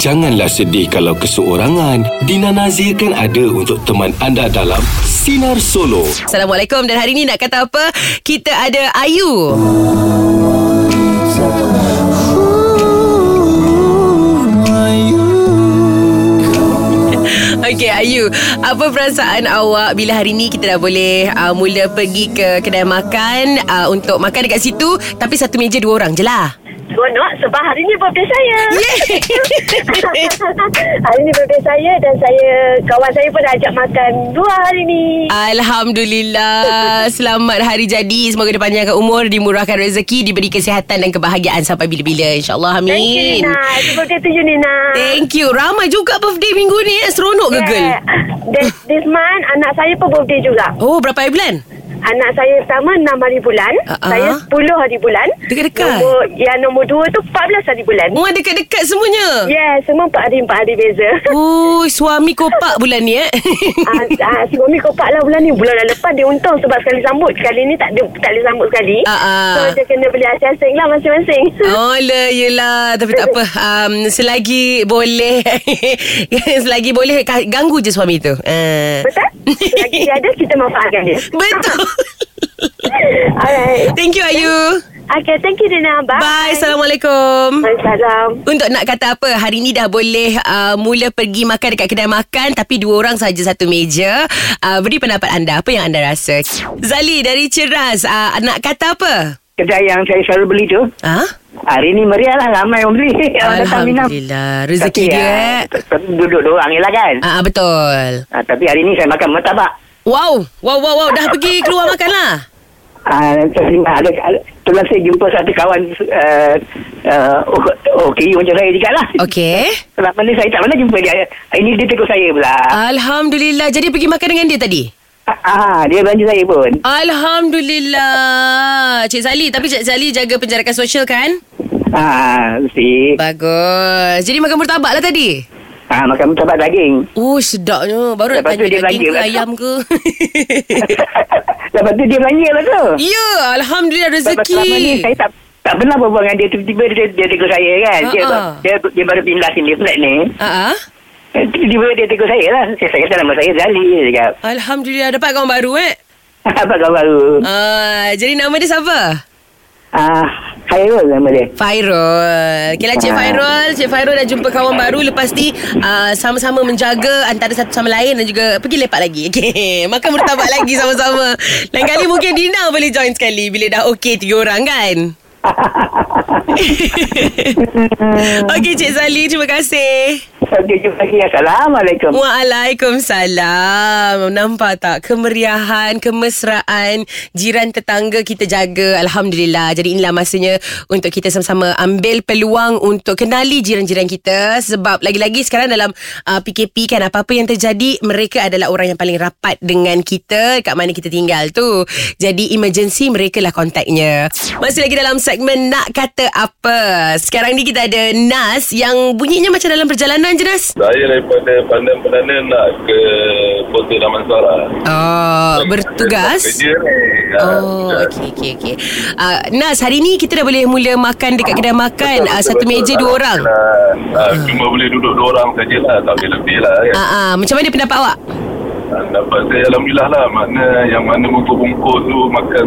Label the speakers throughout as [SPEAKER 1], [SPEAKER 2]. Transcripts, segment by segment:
[SPEAKER 1] Janganlah sedih kalau keseorangan. Dina Nazir kan ada untuk teman anda dalam Sinar Solo.
[SPEAKER 2] Assalamualaikum dan hari ni nak kata apa? Kita ada Ayu. Okey Ayu, apa perasaan awak bila hari ni kita dah boleh uh, mula pergi ke kedai makan uh, untuk makan dekat situ tapi satu meja dua orang je lah.
[SPEAKER 3] Seronok sebab hari ni birthday saya.
[SPEAKER 2] Yeay!
[SPEAKER 3] hari ni birthday saya dan saya kawan saya pun dah ajak makan dua hari ni.
[SPEAKER 2] Alhamdulillah. Selamat hari jadi. Semoga dipanjangkan umur, dimurahkan rezeki, diberi kesihatan dan kebahagiaan sampai bila-bila. InsyaAllah. Amin.
[SPEAKER 3] Thank you Nina. Happy birthday to you Nina.
[SPEAKER 2] Thank you. Ramai juga birthday minggu ni. eh. Seronok ke, girl?
[SPEAKER 3] Yeah. This, this month anak saya pun birthday juga.
[SPEAKER 2] Oh, berapa hari bulan?
[SPEAKER 3] Anak saya pertama 6 hari bulan.
[SPEAKER 2] Ah, ah.
[SPEAKER 3] Saya 10 hari bulan.
[SPEAKER 2] Dekat-dekat.
[SPEAKER 3] Nombor, yang nombor 2 tu 14 hari bulan.
[SPEAKER 2] Wah, Oh, dekat-dekat semuanya.
[SPEAKER 3] Yeah, semua 4 hari 4 hari beza.
[SPEAKER 2] Oh, suami kopak bulan ni, eh?
[SPEAKER 3] Ah, ah, suami kopak lah bulan ni Bulan lepas dia untung Sebab sekali sambut Kali ni tak ada, tak boleh sambut sekali
[SPEAKER 2] Ah, ah.
[SPEAKER 3] So dia kena beli asing-asing lah Masing-masing
[SPEAKER 2] Oh lah Yelah Tapi tak apa um, Selagi boleh Selagi boleh ka- Ganggu je suami tu uh.
[SPEAKER 3] Betul? Lagi dia ada Kita manfaatkan dia
[SPEAKER 2] Betul
[SPEAKER 3] Alright
[SPEAKER 2] Thank you Ayu
[SPEAKER 3] Okay thank you Dina Bye
[SPEAKER 2] Bye Assalamualaikum
[SPEAKER 3] Waalaikumsalam
[SPEAKER 2] Untuk nak kata apa Hari ni dah boleh uh, Mula pergi makan Dekat kedai makan Tapi dua orang saja Satu meja uh, Beri pendapat anda Apa yang anda rasa Zali dari Ceras uh, Nak kata apa
[SPEAKER 4] kedai yang saya selalu beli tu
[SPEAKER 2] Ha?
[SPEAKER 4] Hari ni meriah lah Ramai orang beli Orang datang minum
[SPEAKER 2] Alhamdulillah Rezeki
[SPEAKER 4] Tapi,
[SPEAKER 2] dia eh.
[SPEAKER 4] ah, t- t- Duduk dorang je lah kan
[SPEAKER 2] Ah uh, Betul
[SPEAKER 4] Ah, Tapi hari ni saya makan mertabak
[SPEAKER 2] Wow Wow wow wow Dah pergi keluar makan lah
[SPEAKER 4] Ah, Saya ada, ada Tuan saya jumpa satu kawan uh, uh, Okey macam saya juga lah
[SPEAKER 2] Okay
[SPEAKER 4] Selama ni saya tak pernah jumpa dia Hari ni dia tegur saya pula
[SPEAKER 2] Alhamdulillah Jadi pergi makan dengan dia tadi
[SPEAKER 4] ah, Dia belanja saya pun
[SPEAKER 2] Alhamdulillah Cik Zali Tapi Cik Zali jaga penjarakan sosial kan
[SPEAKER 4] ah, Mesti
[SPEAKER 2] Bagus Jadi makan murtabak lah tadi
[SPEAKER 4] ah, Makan mertabak daging
[SPEAKER 2] Oh sedapnya Baru nak
[SPEAKER 4] Lepas tu
[SPEAKER 2] tanya
[SPEAKER 4] dia
[SPEAKER 2] daging ke
[SPEAKER 4] belanja lah.
[SPEAKER 2] ayam ke
[SPEAKER 4] Lepas tu dia belanja lah tu
[SPEAKER 2] Ya Alhamdulillah
[SPEAKER 4] Sebab selama ni
[SPEAKER 2] rezeki
[SPEAKER 4] saya tak tak pernah berbual dengan dia tiba-tiba dia dia tegur saya kan. Dia,
[SPEAKER 2] Ha-ha.
[SPEAKER 4] dia dia baru pindah sini flat ni.
[SPEAKER 2] Ah, ah.
[SPEAKER 4] Tiba-tiba dia tegur saya lah. Saya, saya kata nama saya Zali dia cakap.
[SPEAKER 2] Alhamdulillah dapat kawan baru eh
[SPEAKER 4] Apa kau baru?
[SPEAKER 2] ah, Jadi nama dia siapa?
[SPEAKER 4] Ah, Khairul nama dia.
[SPEAKER 2] Fairul Okeylah Cik
[SPEAKER 4] Ah.
[SPEAKER 2] Fairul Cik Fairul dah jumpa kawan baru Lepas ni uh, Sama-sama menjaga Antara satu sama lain Dan juga Pergi lepak lagi okay. Makan murtabak lagi sama-sama Lain kali mungkin Dina boleh join sekali Bila dah okey tiga orang kan
[SPEAKER 4] Hmm.
[SPEAKER 2] Okey Cik Zali Terima kasih
[SPEAKER 4] Okey, jumpa lagi. Assalamualaikum.
[SPEAKER 2] Waalaikumsalam Nampak tak Kemeriahan Kemesraan Jiran tetangga kita jaga Alhamdulillah Jadi inilah masanya Untuk kita sama-sama Ambil peluang Untuk kenali jiran-jiran kita Sebab lagi-lagi sekarang dalam uh, PKP kan Apa-apa yang terjadi Mereka adalah orang yang paling rapat Dengan kita Kat mana kita tinggal tu Jadi emergency Mereka lah kontaknya Masih lagi dalam segmen Nak kata apa Sekarang ni kita ada Nas Yang bunyinya macam dalam perjalanan je Nas
[SPEAKER 5] Saya daripada Pandan Perdana nak ke Kota Damansara.
[SPEAKER 2] Oh, bertugas.
[SPEAKER 5] Kerja ni. Ha,
[SPEAKER 2] Oh,
[SPEAKER 5] tugas.
[SPEAKER 2] okey okey okey. Uh, Nas, hari ni kita dah boleh mula makan dekat kedai makan
[SPEAKER 5] Betul,
[SPEAKER 2] uh,
[SPEAKER 5] betul,
[SPEAKER 2] satu
[SPEAKER 5] betul.
[SPEAKER 2] meja dua orang.
[SPEAKER 5] Ah, ah, Cuma boleh duduk dua orang sajalah. Tak boleh lebih lah. Kan.
[SPEAKER 2] Ah ah, macam mana pendapat awak?
[SPEAKER 5] Ah, Dapat saya Alhamdulillah lah. Makna yang mana bungkus-bungkus tu makan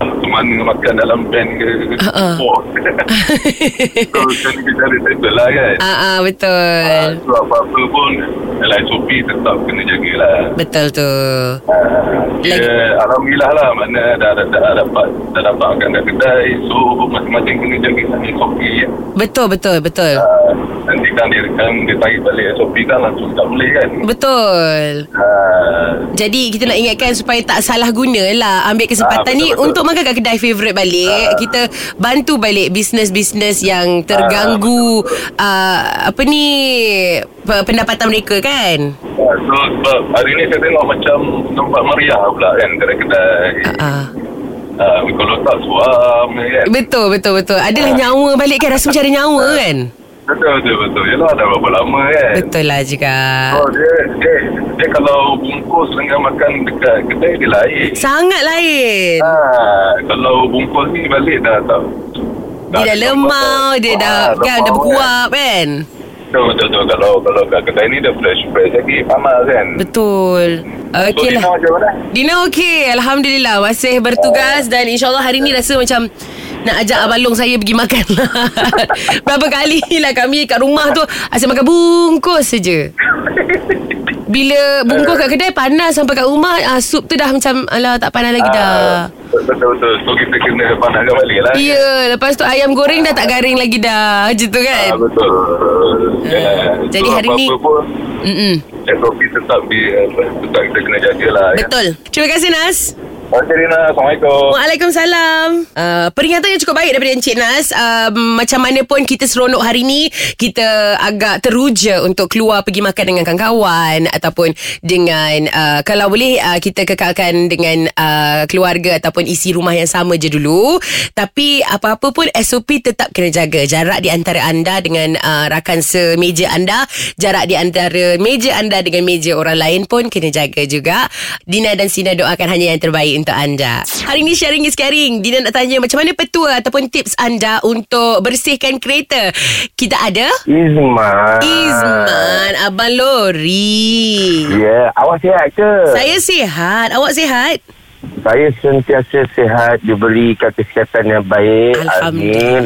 [SPEAKER 5] tu mana makan dalam band ke
[SPEAKER 2] Ah, ah.
[SPEAKER 5] oh. so macam ni kita ada settle lah kan
[SPEAKER 2] Ah ah,
[SPEAKER 5] Ah,
[SPEAKER 2] betul.
[SPEAKER 5] so apa-apa pun dalam SOP tetap kena jagalah
[SPEAKER 2] Betul tu.
[SPEAKER 5] Ya, Alhamdulillah lah mana dah, dah, dah, dapat dah dapat makan kat kedai so masing-masing kena jaga sangat SOP ya.
[SPEAKER 2] Betul betul betul.
[SPEAKER 5] Uh, nanti kan dia kan dia tarik balik SOP kan langsung tak boleh kan
[SPEAKER 2] Betul.
[SPEAKER 5] uh,
[SPEAKER 2] Jadi kita nak ingatkan supaya tak salah guna lah Ambil kesempatan
[SPEAKER 5] Ah, betul, Ah.
[SPEAKER 2] ni
[SPEAKER 5] betul.
[SPEAKER 2] untuk makan kat kedai favourite balik Kita bantu balik bisnes-bisnes
[SPEAKER 5] Ah.
[SPEAKER 2] yang terganggu uh, Apa ni pe- pendapatan mereka kan
[SPEAKER 5] ah, so sebab hari ni saya tengok macam nampak meriah pula kan kedai-kedai
[SPEAKER 2] uh,
[SPEAKER 5] uh, kalau tak suam kan
[SPEAKER 2] Betul betul betul.
[SPEAKER 5] Ah.
[SPEAKER 2] Adalah nyawa balik kan rasa macam ada nyawa kan.
[SPEAKER 5] betul betul betul yelah dah berapa lama kan
[SPEAKER 2] Betul lah juga.
[SPEAKER 5] Oh, dia, dia, dia kalau bungkus dengan makan dekat kedai dia lain
[SPEAKER 2] Sangat lain.
[SPEAKER 5] Ah, kalau bungkus ni balik dah tak.
[SPEAKER 2] Dia dah lemau, dia dah
[SPEAKER 5] Ah,
[SPEAKER 2] kan dah
[SPEAKER 5] lemau
[SPEAKER 2] berkuap kan.
[SPEAKER 5] Kan. Betul, betul, betul. Kalau, kalau kat kedai ni dia fresh-fresh lagi. Panas kan?
[SPEAKER 2] Betul.
[SPEAKER 5] So,
[SPEAKER 2] Okey
[SPEAKER 5] Dina
[SPEAKER 2] lah.
[SPEAKER 5] macam mana?
[SPEAKER 2] Dina okey. Alhamdulillah. Masih bertugas dan insyaAllah hari
[SPEAKER 5] Ya.
[SPEAKER 2] ni rasa macam nak ajak Abang Long saya pergi makan lah. Berapa kali lah kami kat rumah tu asyik makan bungkus saja. Bila bungkus kat kedai panas sampai kat rumah ah, sup tu dah macam alah tak panas lagi dah.
[SPEAKER 5] Ah, Betul, betul. So, kita kena panaskan balik lah.
[SPEAKER 2] Ya, yeah, lepas tu ayam goreng dah tak garing lagi dah. Macam tu kan?
[SPEAKER 5] Ah, betul. Ya.
[SPEAKER 2] Eh, jadi
[SPEAKER 5] So,
[SPEAKER 2] hari ni-
[SPEAKER 5] apa-apa pun,
[SPEAKER 2] Mm-mm.
[SPEAKER 5] SOP tetap, di, tetap kita kena jagalah. ya.
[SPEAKER 2] Betul. Terima kasih Nas.
[SPEAKER 5] Okey, Dina. Assalamualaikum.
[SPEAKER 2] Waalaikumsalam. Uh, peringatan yang cukup baik daripada Encik Nas. Uh, macam mana pun kita seronok hari ni, kita agak teruja untuk keluar pergi makan dengan kawan-kawan ataupun dengan uh, kalau boleh uh, kita kekalkan dengan uh, keluarga ataupun isi rumah yang sama je dulu. Tapi apa-apa pun SOP tetap kena jaga. Jarak di antara anda dengan uh, rakan semeja anda, jarak di antara meja anda dengan meja orang lain pun kena jaga juga. Dina dan Sina doakan hanya yang terbaik untuk anda. Hari ni sharing is caring. Dina nak tanya macam mana petua ataupun tips anda untuk bersihkan kereta. Kita ada
[SPEAKER 6] Izman.
[SPEAKER 2] Izman Abang Lori.
[SPEAKER 6] Ya, yeah. awak sihat ke?
[SPEAKER 2] Saya sihat. Awak sihat?
[SPEAKER 6] Saya sentiasa sihat, diberi kesihatan yang baik. Amin.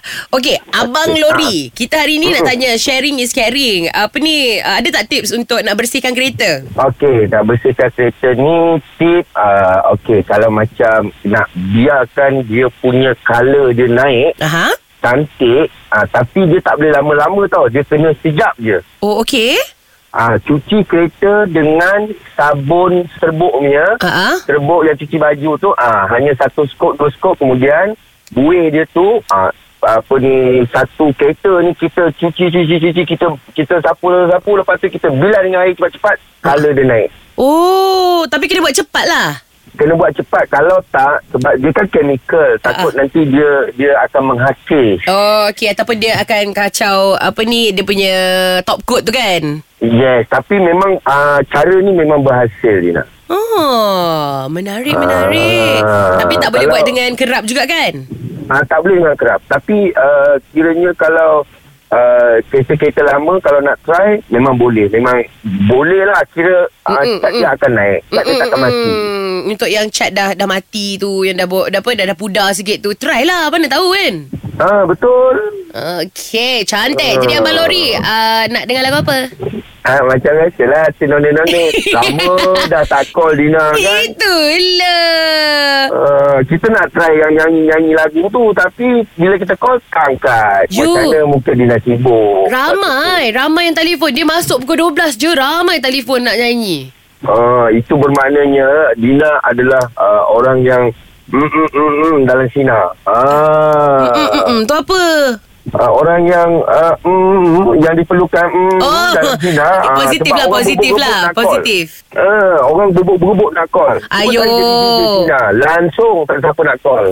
[SPEAKER 2] Alhamdulillah. Okey, Abang Lori, kita hari ni nak tanya sharing is caring. Apa ni, uh, ada tak tips untuk nak bersihkan kereta?
[SPEAKER 6] Okey, nak bersihkan kereta ni tip uh, okey kalau macam nak biarkan dia punya color dia naik
[SPEAKER 2] Aha.
[SPEAKER 6] cantik uh, tapi dia tak boleh lama-lama tau dia kena sekejap je
[SPEAKER 2] Oh, okey.
[SPEAKER 6] uh, cuci kereta dengan sabun serbuknya
[SPEAKER 2] Ah, ah.
[SPEAKER 6] serbuk yang cuci baju tu ah hanya satu skop dua skop kemudian buih dia tu ah apa ni satu kereta ni kita cuci cuci cuci kita kita sapu sapu lepas tu kita bilas dengan air cepat-cepat color dia naik
[SPEAKER 2] Oh, tapi kena buat cepat lah.
[SPEAKER 6] kena buat cepat kalau tak sebab dia kan chemical takut
[SPEAKER 2] Ah.
[SPEAKER 6] nanti dia dia akan menghasil
[SPEAKER 2] Oh, okey. Ataupun dia akan kacau apa ni, dia punya top coat tu kan?
[SPEAKER 6] yes tapi memang ah, cara ni memang berhasil Dina
[SPEAKER 2] Oh, menarik, menarik.
[SPEAKER 6] Ah,
[SPEAKER 2] tapi tak boleh
[SPEAKER 6] kalau-
[SPEAKER 2] buat dengan kerap juga kan?
[SPEAKER 6] Ah, tak boleh dengan kerap. Tapi uh, kiranya kalau uh, kereta-kereta lama kalau nak try memang boleh. Memang boleh lah kira uh,
[SPEAKER 2] Mm-mm,
[SPEAKER 6] cat dia akan naik. Cat dia takkan mati.
[SPEAKER 2] Mm, untuk yang cat dah dah mati tu yang dah bawa- dah apa dah, dah pudar sikit tu try lah mana tahu kan
[SPEAKER 6] Ah betul.
[SPEAKER 2] Okay cantik jadi abang Lori uh, nak dengar lagu apa
[SPEAKER 6] Ah macam biasalah si noni-noni. Lama dah tak call Dina kan.
[SPEAKER 2] itulah
[SPEAKER 6] Uh, kita nak try yang nyanyi-nyanyi lagu tu tapi bila kita call tak angkat.
[SPEAKER 2] You.
[SPEAKER 6] Macam mana mungkin Dina sibuk.
[SPEAKER 2] ramai ramai yang telefon dia masuk pukul 12 je ramai telefon nak nyanyi
[SPEAKER 6] Ah, itu bermaknanya Dina adalah uh, orang yang mm, mm, mm, mm, dalam Sina. Ah,
[SPEAKER 2] mm, mm, mm, tu apa
[SPEAKER 6] ah, orang yang uh, mm, yang diperlukan mm,
[SPEAKER 2] oh
[SPEAKER 6] dalam Sina.
[SPEAKER 2] okay,
[SPEAKER 6] Ah,
[SPEAKER 2] positif
[SPEAKER 6] sebab
[SPEAKER 2] lah
[SPEAKER 6] orang
[SPEAKER 2] positif
[SPEAKER 6] berebut-rebut
[SPEAKER 2] lah
[SPEAKER 6] nak call.
[SPEAKER 2] positif
[SPEAKER 6] Ah, orang berebut-berebut nak call. Cuma
[SPEAKER 2] Ayo.
[SPEAKER 6] saya jadi DJ Sina, langsung tak ada siapa nak call.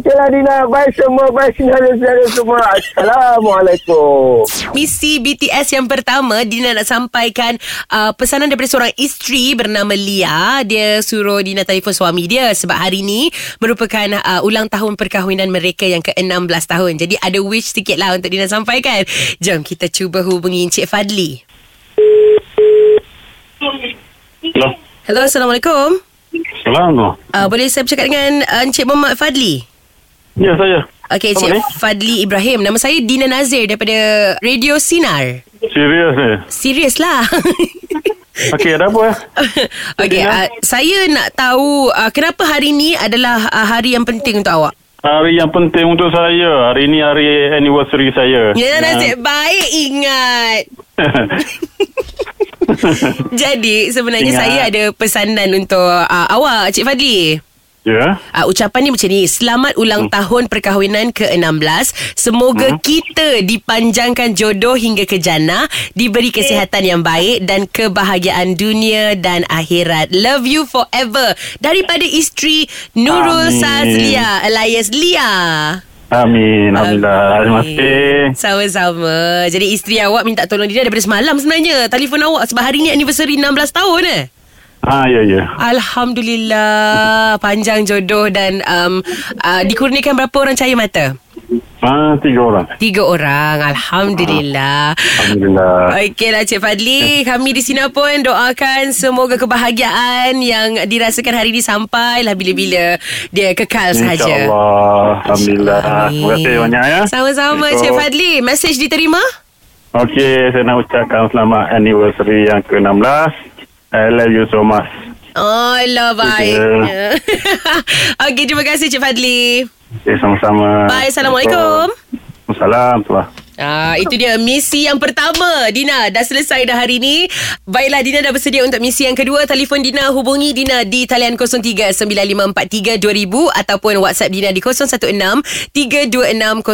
[SPEAKER 6] Okeylah lah, Dina, bye semua, bye Sina-Sina semua. Assalamualaikum.
[SPEAKER 2] Misi BTS yang pertama Dina nak sampaikan uh, Pesanan daripada seorang isteri Bernama Lia Dia suruh Dina telefon suami dia Sebab hari ni Merupakan uh, ulang tahun perkahwinan mereka Yang ke-16 tahun Jadi ada wish sikit lah Untuk Dina sampaikan Jom kita cuba hubungi Encik Fadli
[SPEAKER 7] Hello.
[SPEAKER 2] Hello Assalamualaikum
[SPEAKER 7] Assalamualaikum.
[SPEAKER 2] uh, Boleh saya bercakap dengan uh, Encik Muhammad Fadli?
[SPEAKER 7] Ya, saya.
[SPEAKER 2] Okey Encik
[SPEAKER 7] Apa ni?
[SPEAKER 2] Fadli Ibrahim Nama saya Dina Nazir Daripada Radio Sinar
[SPEAKER 7] Serius ni.
[SPEAKER 2] Serius lah
[SPEAKER 7] Okey, ada apa eh?
[SPEAKER 2] Okey, uh, saya nak tahu uh, kenapa hari ni adalah uh, hari yang penting untuk awak.
[SPEAKER 7] Hari yang penting untuk saya. Hari ni hari anniversary saya.
[SPEAKER 2] Ya, nasib baik ingat. Jadi sebenarnya
[SPEAKER 7] Ingat.
[SPEAKER 2] saya ada pesanan untuk uh, awak, Cik Fadli.
[SPEAKER 7] ya.
[SPEAKER 2] Uh, ucapan ni macam ni Selamat ulang
[SPEAKER 7] Hmm.
[SPEAKER 2] tahun perkahwinan ke-16 Semoga kita dipanjangkan jodoh hingga ke jannah Diberi kesihatan yang baik Dan kebahagiaan dunia dan akhirat Love you forever Daripada isteri Nurul
[SPEAKER 7] Amin.
[SPEAKER 2] Sazlia Elias Lia
[SPEAKER 7] Amin. Alhamdulillah. Terima kasih.
[SPEAKER 2] Sama-sama Jadi isteri awak minta tolong Dina daripada semalam sebenarnya Telefon awak sebab hari ni anniversary 16 tahun eh
[SPEAKER 7] Ah, ya, ya.
[SPEAKER 2] Alhamdulillah Panjang jodoh dan um, uh, Dikurniakan berapa orang cahaya mata?
[SPEAKER 7] Ah, tiga orang.
[SPEAKER 2] Tiga orang Alhamdulillah
[SPEAKER 7] Alhamdulillah.
[SPEAKER 2] Okeylah Cik Fadli Kami di sini pun doakan Semoga kebahagiaan Yang dirasakan hari ini Sampailah bila-bila Dia kekal sahaja
[SPEAKER 7] InsyaAllah. Alhamdulillah. Terima kasih
[SPEAKER 2] Amin.
[SPEAKER 7] banyak ya.
[SPEAKER 2] Sama-sama Cik Fadli Message diterima?
[SPEAKER 7] Okey, saya nak ucapkan selamat anniversary yang ke-16. I love you so much.
[SPEAKER 2] Oh, lah baiknya. Okey, terima kasih Cik Fadli.
[SPEAKER 7] Okay, Eh, sama-sama.
[SPEAKER 2] Bye, Assalamualaikum.
[SPEAKER 7] Assalamualaikum.
[SPEAKER 2] Ah, itu dia misi yang pertama Dina dah selesai dah hari ni Baiklah Dina dah bersedia untuk misi yang kedua Telefon Dina hubungi Dina di talian 03-9543-2000 Ataupun WhatsApp Dina di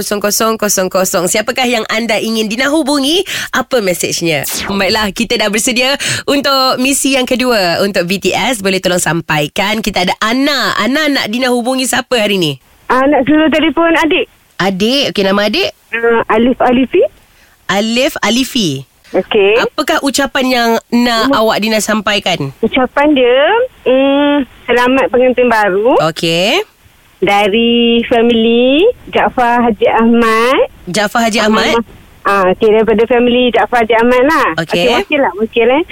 [SPEAKER 2] 016-326-0000 Siapakah yang anda ingin Dina hubungi? Apa mesejnya? Baiklah kita dah bersedia untuk misi yang kedua Untuk BTS boleh tolong sampaikan Kita ada Ana Ana nak Dina hubungi siapa hari ni?
[SPEAKER 3] Ah, nak suruh telefon adik.
[SPEAKER 2] Adik, okey nama adik
[SPEAKER 3] Uh, Alif Alifi.
[SPEAKER 2] Alif Alifi
[SPEAKER 3] Okey.
[SPEAKER 2] Apakah ucapan yang nak awak Dina sampaikan?
[SPEAKER 3] Ucapan dia, mm, selamat pengantin baru
[SPEAKER 2] Okey.
[SPEAKER 3] dari family Jaafar Haji Ahmad.
[SPEAKER 2] Jaafar Haji Ahmad.
[SPEAKER 3] Ah, okay, daripada family Jaafar Haji Ahmad lah.
[SPEAKER 2] Okey.
[SPEAKER 3] wakil lah, wakil eh.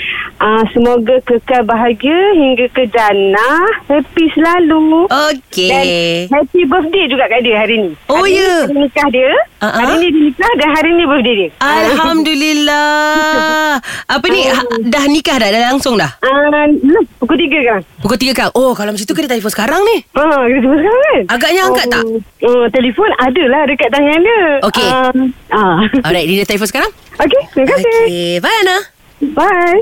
[SPEAKER 3] Ah, semoga kekal bahagia hingga ke jannah. Happy selalu. Dan
[SPEAKER 2] Okey.
[SPEAKER 3] happy birthday juga kat dia hari ni.
[SPEAKER 2] Oh,
[SPEAKER 3] hari
[SPEAKER 2] ya?
[SPEAKER 3] Ni hari nikah dia.
[SPEAKER 2] Ah, ah.
[SPEAKER 3] Hari ni dia nikah dan hari ni birthday dia.
[SPEAKER 2] Alhamdulillah. Apa ni? Ha, dah nikah dah? Dah langsung dah?
[SPEAKER 3] Ah, belum, pukul 3 kan?
[SPEAKER 2] Pukul 3 kang. Oh, kalau macam tu kena telefon sekarang ni.
[SPEAKER 3] Ha, kita jumpa sekarang kan?
[SPEAKER 2] Agaknya angkat tak?
[SPEAKER 3] Uh, telefon adalah dekat tangan dia.
[SPEAKER 2] Okey.
[SPEAKER 3] Ah, ah.
[SPEAKER 2] Alright, Dina telefon sekarang.
[SPEAKER 3] Okey, terima kasih.
[SPEAKER 2] Okey, bye Ana.
[SPEAKER 3] Bye.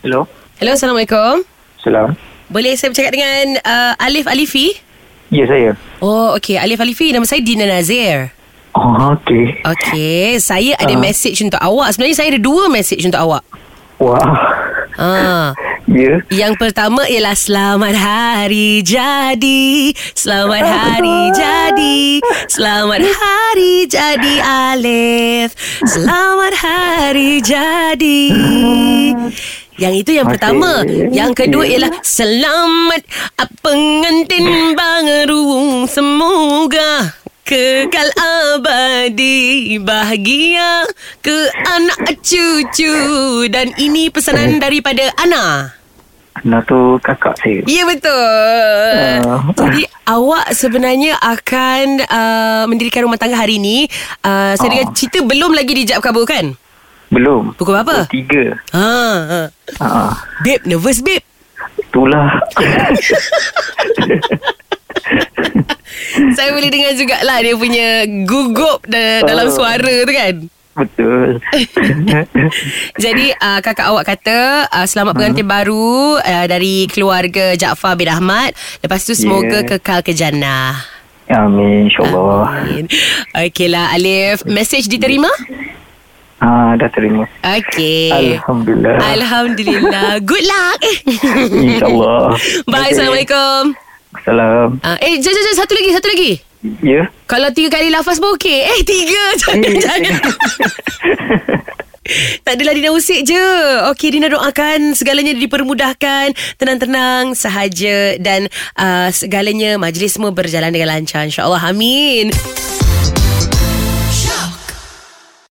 [SPEAKER 4] Hello.
[SPEAKER 2] Hello, Assalamualaikum.
[SPEAKER 4] Salam.
[SPEAKER 2] Boleh saya bercakap dengan uh, Alif Alifi?
[SPEAKER 4] Ya, saya.
[SPEAKER 2] Oh, okey. Alif Alifi. Nama saya Dina Nazir.
[SPEAKER 4] Oh, okey.
[SPEAKER 2] Okey, saya ada
[SPEAKER 4] Ah.
[SPEAKER 2] message untuk awak. Sebenarnya saya ada dua message untuk awak.
[SPEAKER 4] Wah.
[SPEAKER 2] Ah.
[SPEAKER 4] Ya.
[SPEAKER 2] Yang pertama ialah selamat hari jadi. Selamat hari jadi. Selamat hari jadi Alif. Selamat hari jadi. Yang itu yang pertama. Yang kedua ialah selamat pengantin baru. Semoga kekal abadi bahagia ke anak cucu dan ini pesanan daripada Ana.
[SPEAKER 4] Nah tu kakak saya.
[SPEAKER 2] Ya betul. Uh.
[SPEAKER 4] Ah.
[SPEAKER 2] Jadi awak sebenarnya akan uh, mendirikan rumah tangga hari ini. Uh, saya
[SPEAKER 4] Ah.
[SPEAKER 2] dengar cerita belum lagi dijab kabur kan?
[SPEAKER 4] Belum.
[SPEAKER 2] Pukul berapa?
[SPEAKER 4] Tiga.
[SPEAKER 2] Ha. ha.
[SPEAKER 7] Ah.
[SPEAKER 4] Ha.
[SPEAKER 2] Babe, nervous babe.
[SPEAKER 4] Itulah.
[SPEAKER 2] saya boleh dengar jugalah dia punya gugup da- dalam
[SPEAKER 4] Ah.
[SPEAKER 2] suara tu kan.
[SPEAKER 4] Betul.
[SPEAKER 2] Jadi uh, kakak awak kata uh, selamat pengantin
[SPEAKER 4] Hmm.
[SPEAKER 2] baru uh, dari keluarga Jaafar bin Ahmad. Lepas tu semoga
[SPEAKER 4] Yeah.
[SPEAKER 2] kekal ke jannah.
[SPEAKER 4] Amin. InsyaAllah.
[SPEAKER 2] Amin. Okeylah Alif, message diterima?
[SPEAKER 4] Ah, dah terima.
[SPEAKER 2] Okey.
[SPEAKER 4] Alhamdulillah.
[SPEAKER 2] Alhamdulillah. Good luck.
[SPEAKER 4] InsyaAllah.
[SPEAKER 2] Bye.
[SPEAKER 4] Okay.
[SPEAKER 2] Assalamualaikum.
[SPEAKER 4] Salam.
[SPEAKER 2] Uh, eh, jom, jom, jom. Satu lagi, satu lagi.
[SPEAKER 4] Ya.
[SPEAKER 2] Kalau tiga kali lafaz pun okey. Eh, tiga. Jangan, jangan. Tak adalah Dina usik je. Okey, Dina doakan segalanya dipermudahkan. Tenang-tenang ah, sahaja. Dan uh, segalanya majlis semua berjalan dengan lancar. InsyaAllah. Amin.